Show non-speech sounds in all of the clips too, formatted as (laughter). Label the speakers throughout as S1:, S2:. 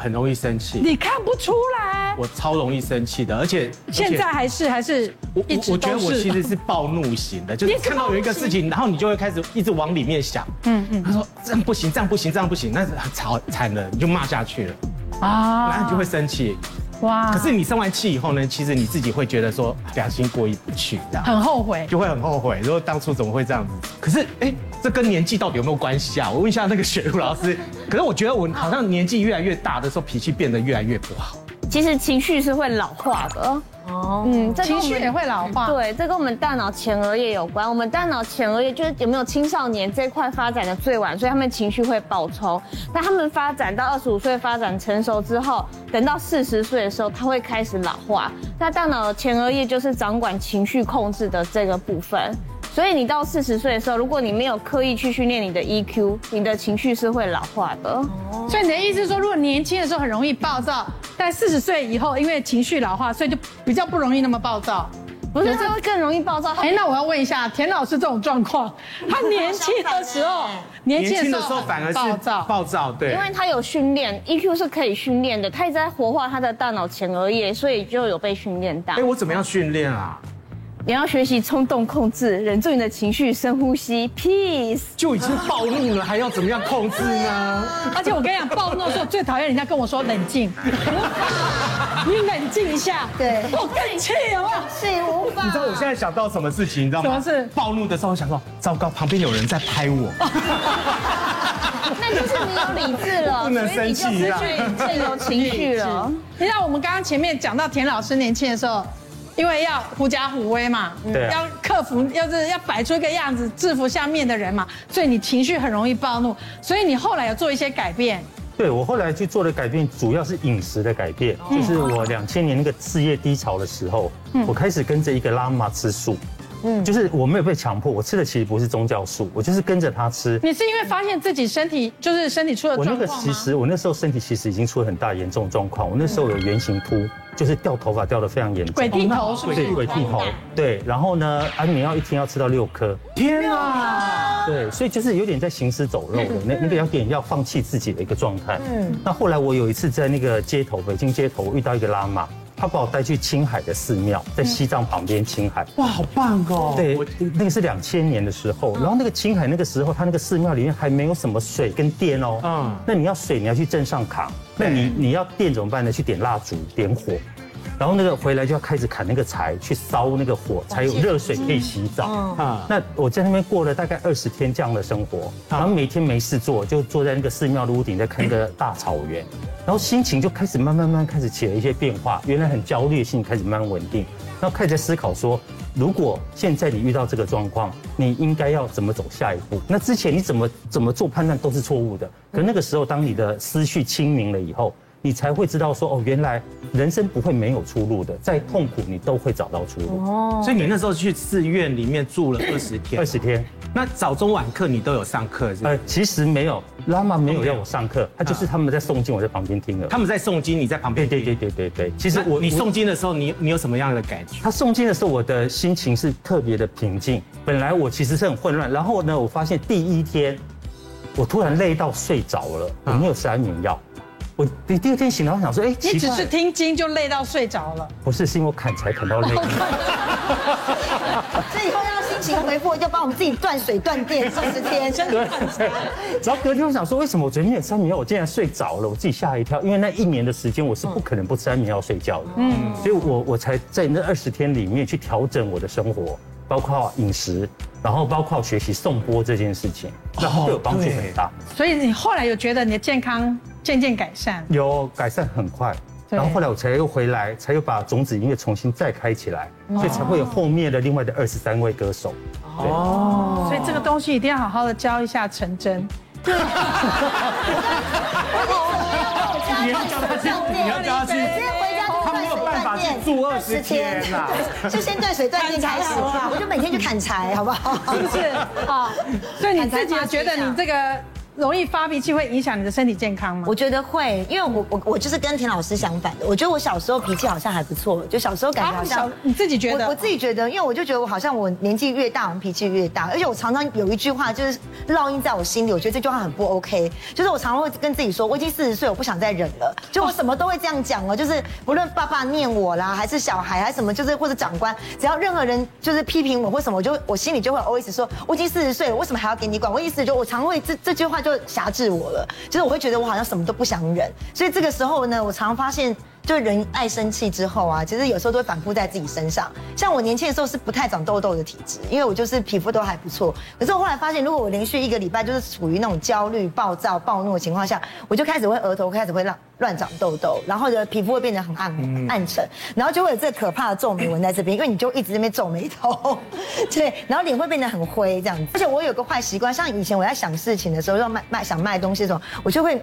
S1: 很容易生气，
S2: 你看不出来。
S1: 我超容易生气的，而且
S2: 现在还是还是
S1: 我
S2: 一
S1: 我
S2: 直
S1: 我觉得
S2: 都
S1: 我
S2: 是
S1: 其实是暴怒型的，就是
S2: (laughs) 你是
S1: 看到有一个
S2: 暴怒型
S1: 事情，然后你就会开始一直往里面想。嗯嗯，他说这样不行，这样不行，这样不行，那是很吵惨了，你就骂下去了，然后
S2: 啊
S1: 你就会生气。
S2: 哇
S1: 可是你生完气以后呢，其实你自己会觉得说良心过意不去，这样
S2: 很后悔。
S1: 就会很后悔，说当初怎么会这样子。可是，哎、这跟年纪到底有没有关系啊？我问一下那个雪茹老师。可是我觉得我好像年纪越来越大的时候，脾气变得越来越不好。
S3: 其实情绪是会老化的。哦，嗯，这跟
S2: 情
S3: 我
S2: 绪也
S3: 们
S2: 会老化，
S3: 对，这跟我们大脑前额叶有关。我们大脑前额叶就是有没有青少年这一块发展的最晚，所以他们情绪会爆冲。那他们发展到二十五岁发展成熟之后，等到四十岁的时候，它会开始老化。那大脑前额叶就是掌管情绪控制的这个部分。所以你到四十岁的时候，如果你没有刻意去训练你的 EQ，你的情绪是会老化的。
S2: 哦所以你的意思是说，如果年轻的时候很容易暴躁，但四十岁以后因为情绪老化，所以就比较不容易那么暴躁。
S3: 不是，它会更容易暴躁。它
S1: 哦
S2: 哎，那我要问一下田老师，这种状况，他年轻的
S1: (laughs)
S2: 时候，年
S1: 年轻的时候
S2: 很
S1: 反而是
S2: 哎
S1: (laughs)
S2: 暴躁，
S1: 暴躁，对
S3: 因。为他有训练，EQ 是可以训练的，他一直在活化他的大脑前额叶，所以就有被训练到
S1: 哎、。我怎么样训练啊？
S3: 你要学习冲动控制，忍住你的情绪，深呼吸，peace。
S1: 就已经暴怒了，还要怎么样控制呢？
S2: (laughs) 而且我跟你讲，暴怒的时候最讨厌人家跟我说冷
S1: (laughs)
S2: 静，你冷静一下，
S3: 对
S2: 我更气了。
S3: 是无法
S1: 你知道我现在想到什么事情，你知道吗？
S2: 什么事
S1: 暴怒的时候，我想说，糟糕，旁边有人在拍我。
S3: 那就是你有理智 (laughs) 了，
S1: 不能生气
S3: 所以你就
S1: 啦
S3: 失去更有情绪了。
S2: 你知道我们刚刚前面讲到田老师年轻的时候，因为要狐假虎威嘛，嗯
S4: 嗯
S1: 对啊
S2: 要克服，要是要摆出一个样子制服下面的人嘛，所以你情绪很容易暴怒，所以你后来有做一些改变，
S4: 对我后来去做的改变，主要是饮食的改变，
S2: 哦
S4: 就是我两千年那个事业低潮的时候，
S2: 嗯
S4: 我开始跟着一个拉玛吃素，嗯，就是我没有被强迫，我吃的其实不是宗教素，我就是跟着他吃。
S2: 你是因为发现自己身体就是身体出了
S4: 我那
S2: 状
S4: 个
S2: 况
S4: 其
S2: 吗？
S4: 实我那时候身体其实已经出了很大严重状况，我那时候有圆形秃，就是掉头发掉的非常严重
S2: 鬼，剃头啊是不是
S4: 对？鬼剃头，对，然后呢安眠药一天要吃到六颗，
S1: 天啊！
S4: 对，所以就是有点在行尸走肉的那那个有点要放弃自己的一个状态。嗯，那后来我有一次在那个街头，北京街头我遇到一个喇嘛，他把我带去青海的寺庙，在西藏旁边青海。
S1: 哇，好棒嗯哦！
S4: 对
S1: 我，
S4: 那个是两千年的时候，然后那个青海那个时候，它那个寺庙里面还没有什么水跟电哦。
S1: 嗯
S4: 嗯，那你要水你要去镇上扛，那你你要电怎么办呢？去点蜡烛，点火。然后那个回来就要开始砍那个柴，去烧那个火，才有热水可以洗澡。
S1: 啊
S4: 啊，那我在那边过了大概二十天这样的生活，然后每天没事做，就坐在那个寺庙的屋顶在看那个大草原，然后心情就开始慢慢慢慢开始起了一些变化，原来很焦虑的心情开始慢慢稳定，然后开始在思考说，如果现在你遇到这个状况，你应该要怎么走下一步？那之前你怎么怎么做判断都是错误的，可那个时候当你的思绪清明了以后。你才会知道说哦，原来人生不会没有出路的，再痛苦你都会找到出路。
S1: 所以你那时候去寺院里面住了二十天，
S4: 二十天，
S1: 那早中晚课你都有上课是不是？
S4: 呃，其实没有，拉玛没有要我上课，他
S2: 嗯
S4: 就是他们在诵经，我在旁边听了。
S1: 他们在诵经，你在旁
S4: 对
S1: 边。
S4: 对对对对对，
S1: 其
S4: 其实
S1: 实
S4: 我
S1: 我你
S4: 我
S1: 诵经的时候，你你有什么样的感觉？
S4: 他诵经的时候，我的心情是特别的平静。本来我其实是很混乱，然后呢，我发现第一天我突然累到睡着了，我没有吃安眠药。我第第二天醒来，我想说，哎，
S2: 你
S4: 奇
S2: 只是
S4: 怪，
S2: 听经就累到睡着了，
S4: 不是，是因为我砍柴砍
S2: (laughs)
S4: 到累。
S5: 所以以后要心情回复，就帮我们自己断水断电
S1: (laughs)
S5: 三十天，真的
S4: 然后隔天我想说，为什么我昨天有吃安眠药，我竟然睡着了，我自己吓一跳。因为那一年的时间，我是不可能不吃安眠药睡觉的。嗯，所以我我才在那二十天里面去调整我的生活，包括饮食，然后包括学习颂钵这件事情，
S1: 哦
S4: 然后对我帮助很大，
S2: 所以你后来有觉得你的健康渐渐改善，
S4: 有改善很快。
S2: 对
S4: 然后后来我才又回来，才又把种子音乐重新再开起来，所以才会有后面的另外的二十三位歌手。
S2: 所以这个东西一定要好好的教一下陈真。
S1: 你要叫他去，你要叫他去，
S5: 直接回家就
S1: 他没有
S5: 断水
S1: 办
S5: 断
S1: 法去
S5: 电，
S1: 住二十天呐、
S5: 就先断水断电开始，我就每天去砍柴，好不好？ (laughs)
S2: 是不是？啊，所以你自己有觉得你这个容易发脾气会影响你的身体健康吗？
S5: 啊我觉得会，因为我我我就是跟田老师相反的。我觉得我小时候脾气好像还不错，就小时候感觉好
S2: 啊
S5: 像
S2: 小你自己觉得
S5: 我我自己觉得，因为我就觉得我好像我年纪越大，我脾气越大，而且我常常有一句话就是烙印在我心里，我觉得这句话很不 OK，就是我常常会跟自己说，我已经四十岁，我不想再忍了，就我什么都会这样讲哦，就是不论爸爸念我啦，还是小孩，还是什么，就是或者长官，只要任何人就是批评我或什么，我就我心里就会 always 说，我已经四十岁了，为什么还要给你管？我意思就我常会这这句话就辖制我了，就是我会觉得我好像什么都不想忍，所以这个时候呢，我常发现。就人爱生气之后啊，其实有时候都会反扑在自己身上。像我年轻的时候是不太长痘痘的体质，因为我就是皮肤都还不错。可是我后来发现，如果我连续一个礼拜就是处于那种焦虑、暴躁、暴怒的情况下，我就开始会额头开始会乱乱长痘痘，然后呢皮肤会变得很暗红暗沉，然后就会有这个可怕的皱眉纹在这边，因为你就一直在那边皱眉头， (laughs) 对，然后脸会变得很灰这样子。而且我有个坏习惯，像以前我在想事情的时候，要卖卖想卖东西的时候，我就会。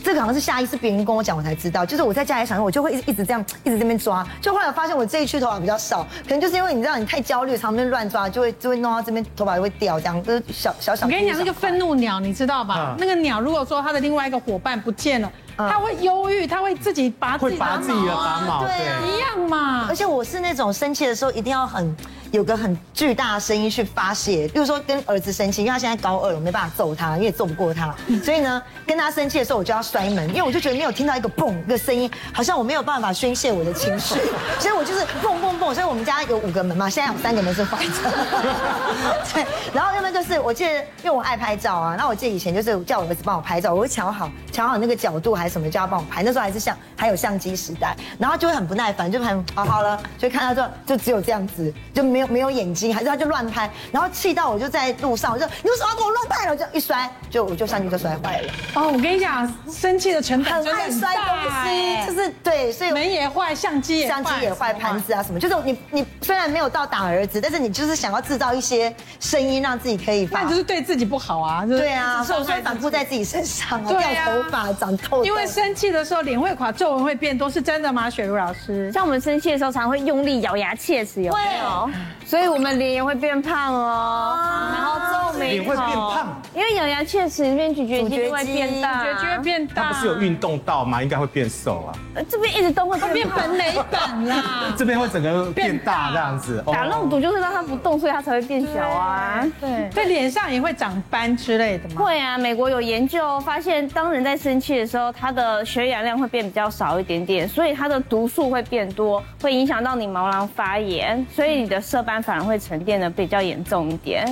S5: 这个好像是下意识别人跟我讲，我才知道。就是我在家里想，我就会一直一直这样，一直这边抓。就后来我发现我这一区头发比较少，可能就是因为你知道你太焦虑，常边乱抓，就会就会弄到这边头发就会掉，这样就是小小小。
S2: 我跟你讲，那个愤
S5: 怒，
S2: 怒鸟，你知道吧
S1: 嗯？
S2: 那个鸟如果说它的另外一个伙伴不见了，
S5: 嗯
S2: 它会忧郁，它会自己拔自
S1: 会
S2: 己的
S1: 拔自己的
S2: 毛啊
S1: 拔毛，
S5: 对啊
S2: 一样嘛
S5: 而。且我是那种生气的时候一定要很有个很巨大的声音去发泄，比如说跟儿子生气，因为他现在高二了，我没办法揍他，因为揍不过他，所以呢，跟他生气的时候我就要摔门，因为我就觉得没有听到一个嘣一个声音，好像我没有办法宣泄我的情绪，所以我就是蹦蹦蹦，所以我们家有五个门嘛，现在有三个门是坏着，对， (laughs) 然后要么就是我记得，因为我爱拍照啊，那我记得以前就是叫我儿子帮我拍照，我会瞧好瞧好那个角度还是什么，叫他帮我拍，那时候还是相还有相机时代，然后就会很不耐烦，就很好好了，就看到就就只有这样子，就没有没有眼睛，还是他就乱拍，然后气到我就在路上，我就你为什么要哦给我乱拍了？我就一摔，就我就上去就摔坏了，
S2: 哦，我跟你讲，生气的成本
S5: 很
S2: 真的
S5: 爱
S2: 很 (laughs)
S5: 摔
S2: 大哎
S5: 东西，就是对，所以
S2: 门也坏，相机也坏，
S5: 相机也坏，盘子啊什么，就是你你虽然没有到打儿子，但是你就是想要制造一些声音，让自己可以发。
S2: 那就是对自己不好啊。就是
S5: 对啊，
S2: 受
S5: 受
S2: 伤
S5: 伤反扑在自己身上啊，
S2: 对
S5: 掉
S2: 啊
S5: 头发、长痘痘，
S2: 因为生气的时候脸会垮，皱纹会变多，是真的吗？雪茹老师，
S3: 像我们生气的时候，常会用力咬牙切齿，有没有？所以我们脸也会变胖哦，然后皱眉
S1: 脸
S3: 头
S1: 会变胖，
S3: 因为咬牙切齿，里面咀嚼肌
S5: 咀嚼
S3: 就会
S5: 肌
S3: 变大，
S2: 感觉会变大，
S1: 啊他不是有运动到吗？应该会变瘦啊，
S3: 呃这边一直动会
S2: 它变本垒本啦。
S1: (laughs) 这边会整个
S2: 变
S1: 变大这样子。哦
S3: 打肉毒就是让它不动，所以它才会变小啊。
S2: 对对，脸上也会长斑之类的吗？
S3: 会啊，美国有研究发现，当人在生气的时候，他的血氧量会变比较少一点点，所以他的毒素会变多，会影响到你毛囊发炎，所以你的色斑反而会沉淀的比较严重一点。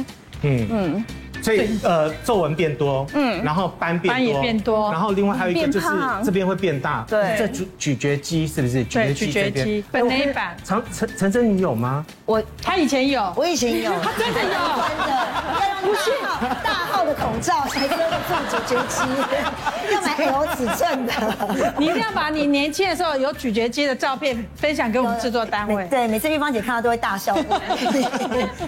S1: 嗯嗯，所以呃，皱纹变多，嗯，然后斑变多，
S2: 斑也变多
S1: 然后另外还有一个就是
S3: 变胖
S1: 这边会变大，
S3: 对
S1: 这咀咀嚼肌是不是？
S2: 对咀嚼
S1: 这边
S2: 肌
S1: 哎我
S2: 本垒板
S1: 陈陈陈真，你有吗？
S5: 我
S2: 他以前有，
S5: 我以前 (laughs) 有，
S2: 他 (laughs) 真的哦有
S5: 真的，要用大号大号的口罩才遮得住咀嚼肌， (laughs) 要买 L 尺寸的。
S2: 你一定要把你年轻的时候有咀嚼肌的照片分享给我们制作单位
S5: 每。对，每次玉芳姐看到都会 (laughs) 大笑。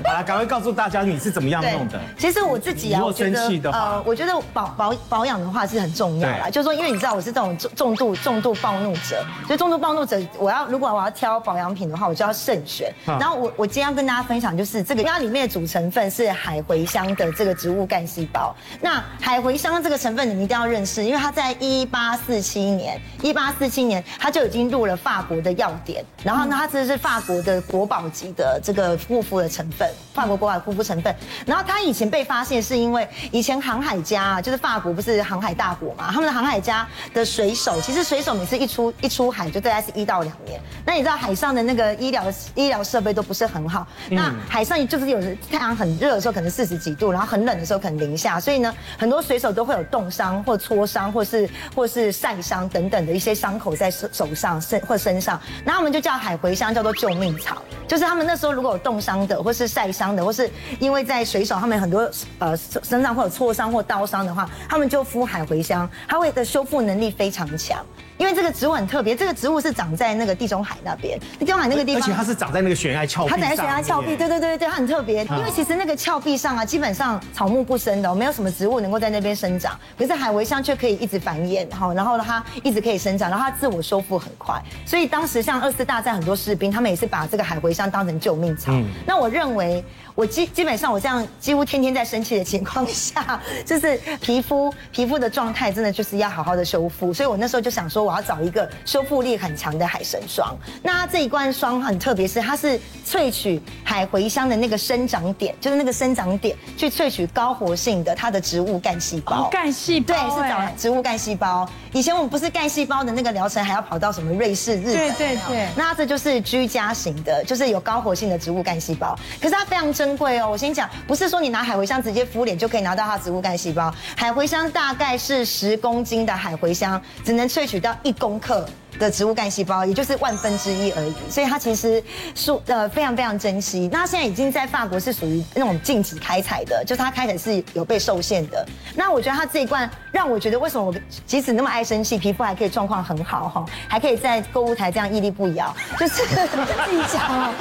S1: 好了，赶快告诉大家你是怎么样弄的。
S5: 其实我自己啊，
S1: 如果
S5: 我觉
S1: 生气
S5: 得
S1: 的话
S5: 我觉得保保保养的话是很重要啦。
S1: 对
S5: 就是说，因为你知道我是这种重重度重度暴怒者，所以重度暴怒者，我要如果我要挑保养品的话，我就要慎选。
S1: 嗯
S5: 然后我我今天要跟大家分享就是这个，因为它里面的主成分是海茴香的这个植物干细胞。那海茴香这个成分你们一定要认识，因为它在一八四七年，一八四七年它就已经入了法国的药典，然后呢，它这是法国的国宝级的这个护肤的成分，法国国宝护肤成分。然后它以前被发现是因为以前航海家啊，就是法国不是航海大国嘛，他们的航海家的水手，其实水手每次一出一出海就大概是一到两年。那你知道海上的那个医疗医疗设备都不是很好，那海上就是有时太阳很热的时候可能四十几度，然后很冷的时候可能零下，所以呢，很多水手都会有冻伤或挫伤，或是或是晒伤等等的一些伤口在手手上身或身上，那他们就叫海茴香叫做救命草，就是他们那时候如果有冻伤的，或是晒伤的，或是因为在水手他们很多呃手身上会有挫伤或刀伤的话，他们就敷海茴香，它会的修复能力非常强。因为这个植物很特别，这个植物是长在那个地中海那边，地中海那个地
S1: 而
S5: 方，
S1: 且它是长在那个悬崖峭壁
S5: 它
S1: 上
S5: 长
S1: 面，嗯
S5: 在悬崖峭壁，对对对对，它很特别。因为其实那个峭壁上啊，基本上草木不生的哦，没有什么植物能够在那边生长。可是海茴香却可以一直繁衍，好，然后它一直可以生长，然后它自我修复很快。所以当时像二次大战，很多士兵他们也是把这个海茴香当成救命草。
S1: 嗯
S5: 那我认为，我基基本上我这样几乎天天在生气的情况下， (laughs) 就是皮肤皮肤的状态真的就是要好好的修复。所以我那时候就想说，我要找一个修复力很强的海参霜。那它这一罐霜很特别，是它是萃取海茴香的那个生长点，就是那个生长点去萃取高活性的它的植物干细胞。
S2: 干细胞
S5: 对，
S2: 哎，
S5: 是找植物干细胞。以前我们不是干细胞的那个疗程，还要跑到什么瑞士、日本。
S2: 对对对
S5: 那这就是居家型的，就是有高活性的植物干细胞。可是它非常珍贵哦。我先讲，不是说你拿海茴香直接敷脸就可以拿到它的植物干细胞。海茴香大概是十公斤的海茴香，只能萃取到一公克。的植物干细胞，也就是万分之一而已，所以它其实数呃非常非常珍惜。那它现在已经在法国是属于那种禁止开采的，就是它开采是有被受限的。那我觉得它这一罐让我觉得为什么我即使那么爱生气，皮肤还可以状况很好哈，还可以在购物台这样屹立不摇，就是 (laughs) 自己讲哦，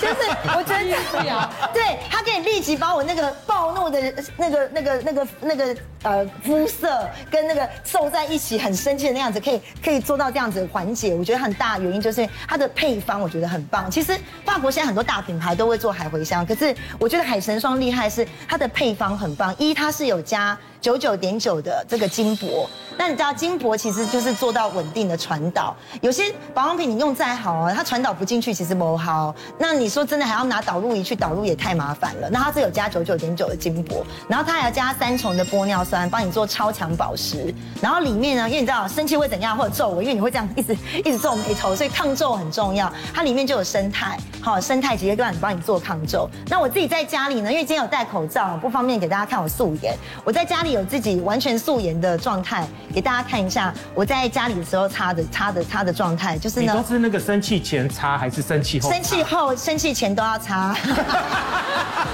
S5: 就是我觉得
S2: 不摇
S5: 对它可以立即把我那个暴怒的那个那个那个那个呃肤色跟那个皱在一起很生气的那样子，可以可以做到这样子的缓解。我觉得很大的原因就是它的配方，我觉得很棒。其实法国现在很多大品牌都会做海茴香，可是我觉得海神霜厉害是它的配方很棒。一它是有加九九点九的这个金箔，那你知道金箔其实就是做到稳定的传导。有些保养品你用再好啊，它传导不进去，其实不好。那你说真的还要拿导入仪去导入也太麻烦了。那它是有加九九点九的金箔，然后它还要加三重的玻尿酸，帮你做超强保湿。然后里面呢，因为你知道生气会怎样或者皱纹，因为你会这样一直一直皱眉头，所以抗皱很重要。它里面就有生态，好，生态直接让你帮你做抗皱。那我自己在家里呢，因为今天有戴口罩，不方便给大家看我素颜。我在家里有自己完全素颜的状态，给大家看一下我在家里的时候擦的擦的擦的状态，就是
S1: 你都
S5: 呢。
S1: 是那个生气前擦还是生气后擦？
S5: 生气后、生气前都要擦， (laughs)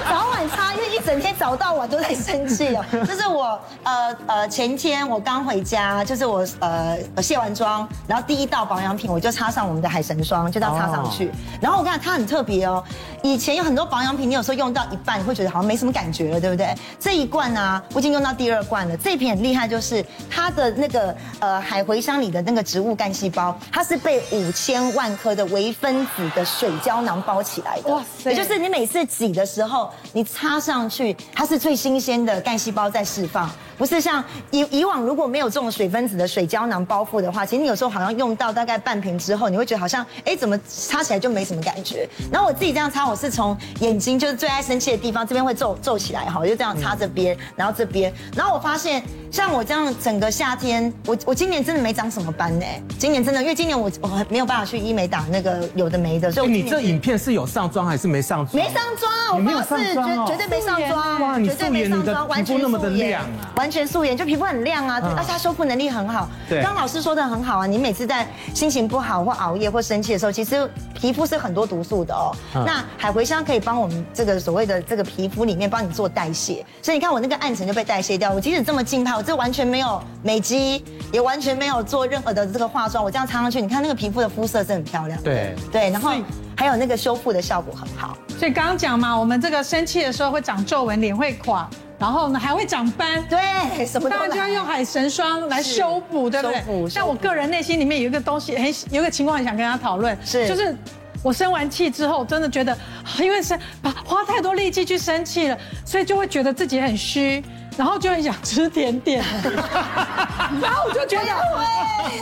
S5: 早晚擦，因为一整天早到晚都在生气
S1: (laughs)
S5: 哦。就是我呃呃前天我刚回家，就是我呃我卸完妆，然后第一道保养品我就擦上我们的海神霜，就到擦上
S1: 哦
S5: 去。然后我跟你讲它很特别哦，以前有很多保养品，你有时候用到一半，你会觉得好像没什么感觉了，对不对？这一罐啊，我已经用到第二罐了。这一瓶很厉害，就是它的那个呃海茴香里的那个植物干细胞，它是被五千万颗的微分子的水胶囊包起来的。
S2: 哇
S5: 哇
S2: 塞
S5: 塞！也就是你每次挤的时候，你插上去，它是最新鲜的干细胞在释放，不是像以以往如果没有这种水分子的水胶囊包覆的话，其实你有时候好像用到大概半瓶之后，你会觉得好像哎怎么擦起来就没什么感觉。然后我自己这样擦，我是从眼睛就是最爱生气的地方这边会皱皱起来哈，我就这样擦这边，
S1: 嗯
S5: 然后这边，然后我发现像我这样整个夏天，我我今年真的没长什么斑呢，今年真的因为今年我我还没有办法去医美打那个有的没的，所以
S1: 哎
S5: 我今
S1: 你
S5: 年
S1: 这影片是有上妆还是没上妆？
S5: 没上妆啊，我
S1: 你没有
S5: 发誓
S1: 上妆哦
S5: 绝绝对没上
S1: 哇
S5: 妆，
S1: 你
S5: 绝对没上
S1: 素颜你的
S5: 妆，完
S1: 皮
S5: 全
S1: 肤那么的
S5: 素颜
S1: 亮啊
S5: 完全素颜，就皮肤很亮啊，对
S1: 嗯
S5: 而且它修复能力很好。
S1: 对
S5: 刚老师说的很好啊，你每次在心情不好或熬夜或生气的时候，其实皮肤是很多毒素的哦。
S1: 嗯
S5: 那海茴香可以帮我们这个所谓的这个皮肤里面帮你做代谢，所以你看我那个暗沉就被代谢掉。我即使这么浸泡，我这完全没有美肌，也完全没有做任何的这个化妆，我这样擦上去，你看那个皮肤的肤色是很漂亮的。
S1: 对
S5: 对，然后
S2: 所以
S5: 还有那个修复的效果很好。
S2: 所以刚刚讲嘛，我们这个生气的时候会长皱纹，脸会垮，然后呢还会长斑。
S5: 对，什么都
S2: 当然就要
S5: 来
S2: 用海神霜来修补，对不
S5: 修补
S2: 对？
S5: 修
S2: 但我个人内心里面有一个东西，很有一个情况很想跟他讨论，
S5: 是
S2: 就是。我生完气之后，真的觉得，啊因为生把花太多力气去生气了，所以就会觉得自己很虚，然后就很想吃甜
S5: (laughs)
S2: 点，然后我就觉得，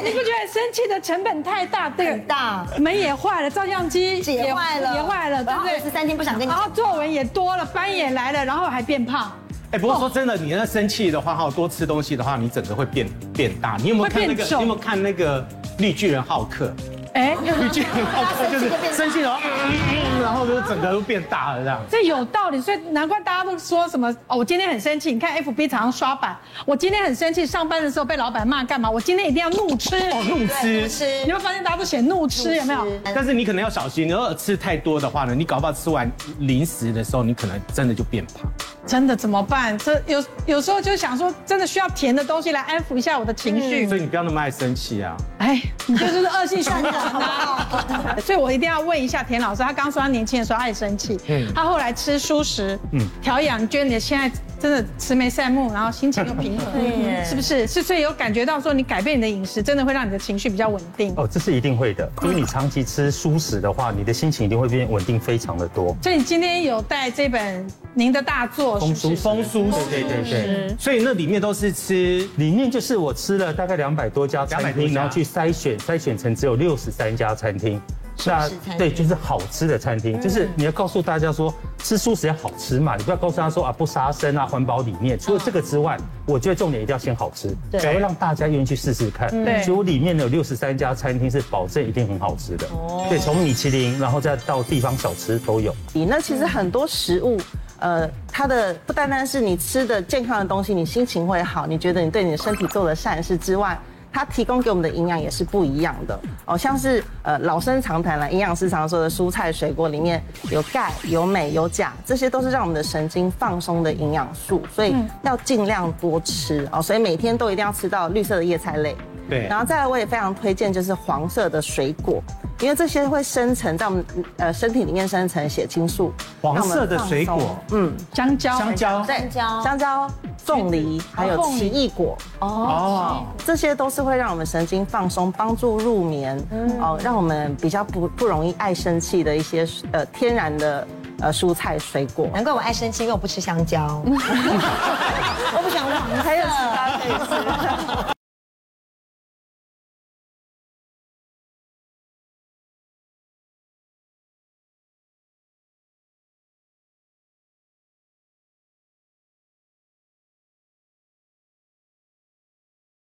S2: 你不觉得生气的成本太大？对，
S5: 哎很大
S2: 门也坏了，照相机
S5: 解坏了，
S2: 也坏了，对不对
S5: 十？三天不想跟你
S2: 然后皱纹也多了，斑也来了，然后还变胖。
S1: 哎，
S6: 哦
S1: 不过说真的，你那生气的话哈，多吃东西的话，你整个会变变大。你有没有看那
S2: 会
S1: 个？
S2: 变
S1: 你
S2: 重
S1: 有没有看那个绿巨人浩
S6: (laughs)
S1: 克？
S2: 哎，
S1: 绿巨人浩克就是生气的话，嗯嗯嗯然后就整个都变大了这样。
S2: 这有道理，所以难怪大家都说什么哦，我今天很生气。你看 FB 常常刷版，我今天很生气，上班的时候被老板骂干嘛？我今天一定要怒吃。
S1: 哦，怒吃。
S2: 你
S5: 吃，
S2: 会发现大家都写怒吃，有没有？
S1: 但是你可能要小心，你如果吃太多的话呢，你搞不好吃完零食的时候，你可能真的就变胖。
S2: 真的怎么办？这有有时候就想说，真的需要甜的东西来安抚一下我的情
S6: 嗯
S2: 绪。
S1: 所以你不要那么爱生气啊。
S2: 哎，你这就是恶性循环啊！所以我一定要问一下田老师，他刚说他年轻的时候爱生气，
S1: 嗯
S2: 他后来吃蔬食，嗯
S4: 嗯，
S2: 调养，你觉得你现在真的慈眉善目，然后心情又平 (laughs) 和，
S3: 耶
S2: 是不是？是所以有感觉到说，你改变你的饮食，真的会让你的情绪比较稳定。
S4: 哦，这是一定会的，
S1: 嗯
S4: 因为你长期吃蔬食的话，你的心情一定会变稳定非常的多。
S2: 所以你今天有带这本您的大作，是不是？
S1: 风酥，对对对对，所以那里面都是吃
S4: 里面就是我吃了大概两百多家餐
S1: 200多
S4: 厅，
S1: 家
S4: 然后去筛选，筛选成只有六十三家餐厅。
S5: 食餐厅
S4: 对，就是好吃的餐厅，就是你要告诉大家说，吃素食要好吃嘛，你不要告诉他说啊不杀生啊，环保理念。除了这个之外，我觉得重点一定要先好吃，才会让大家愿意去试试看。
S2: 对
S4: 所以我里面呢有六十三家餐厅是保证一定很好吃的，对，从米其林，然后再到地方小吃都有。
S6: 那其实很多食物，呃，它的不单单是你吃的健康的东西，你心情会好，你觉得你对你的身体做了善事之外。它提供给我们的营养也是不一样的哦，像是呃老生常谈了，营养师常说的蔬菜水果里面有钙、有镁、有钾，这些都是让我们的神经放松的营养素，所以要尽量多吃哦，所以每天都一定要吃到绿色的叶菜类，
S1: 对
S6: 然后再来，我也非常推荐就是黄色的水果，因为这些会生成在我们呃身体里面生成血清素。
S1: 黄
S6: 让我
S1: 色
S6: 们
S1: 的水
S6: 放松
S1: 果，
S6: 嗯，
S2: 香蕉，
S1: 香蕉，
S3: 蛋胶
S6: 香蕉、哦凤梨还有奇异果，
S1: 哦，
S6: 这些都是会让我们神经放松，帮助入眠，哦，让我们比较不不容易爱生气的一些呃天然的呃蔬菜水果。
S5: 难怪我爱
S2: (laughs)
S5: 生气，因为我不吃香蕉。
S6: 我不想忘，还有其他可以吃。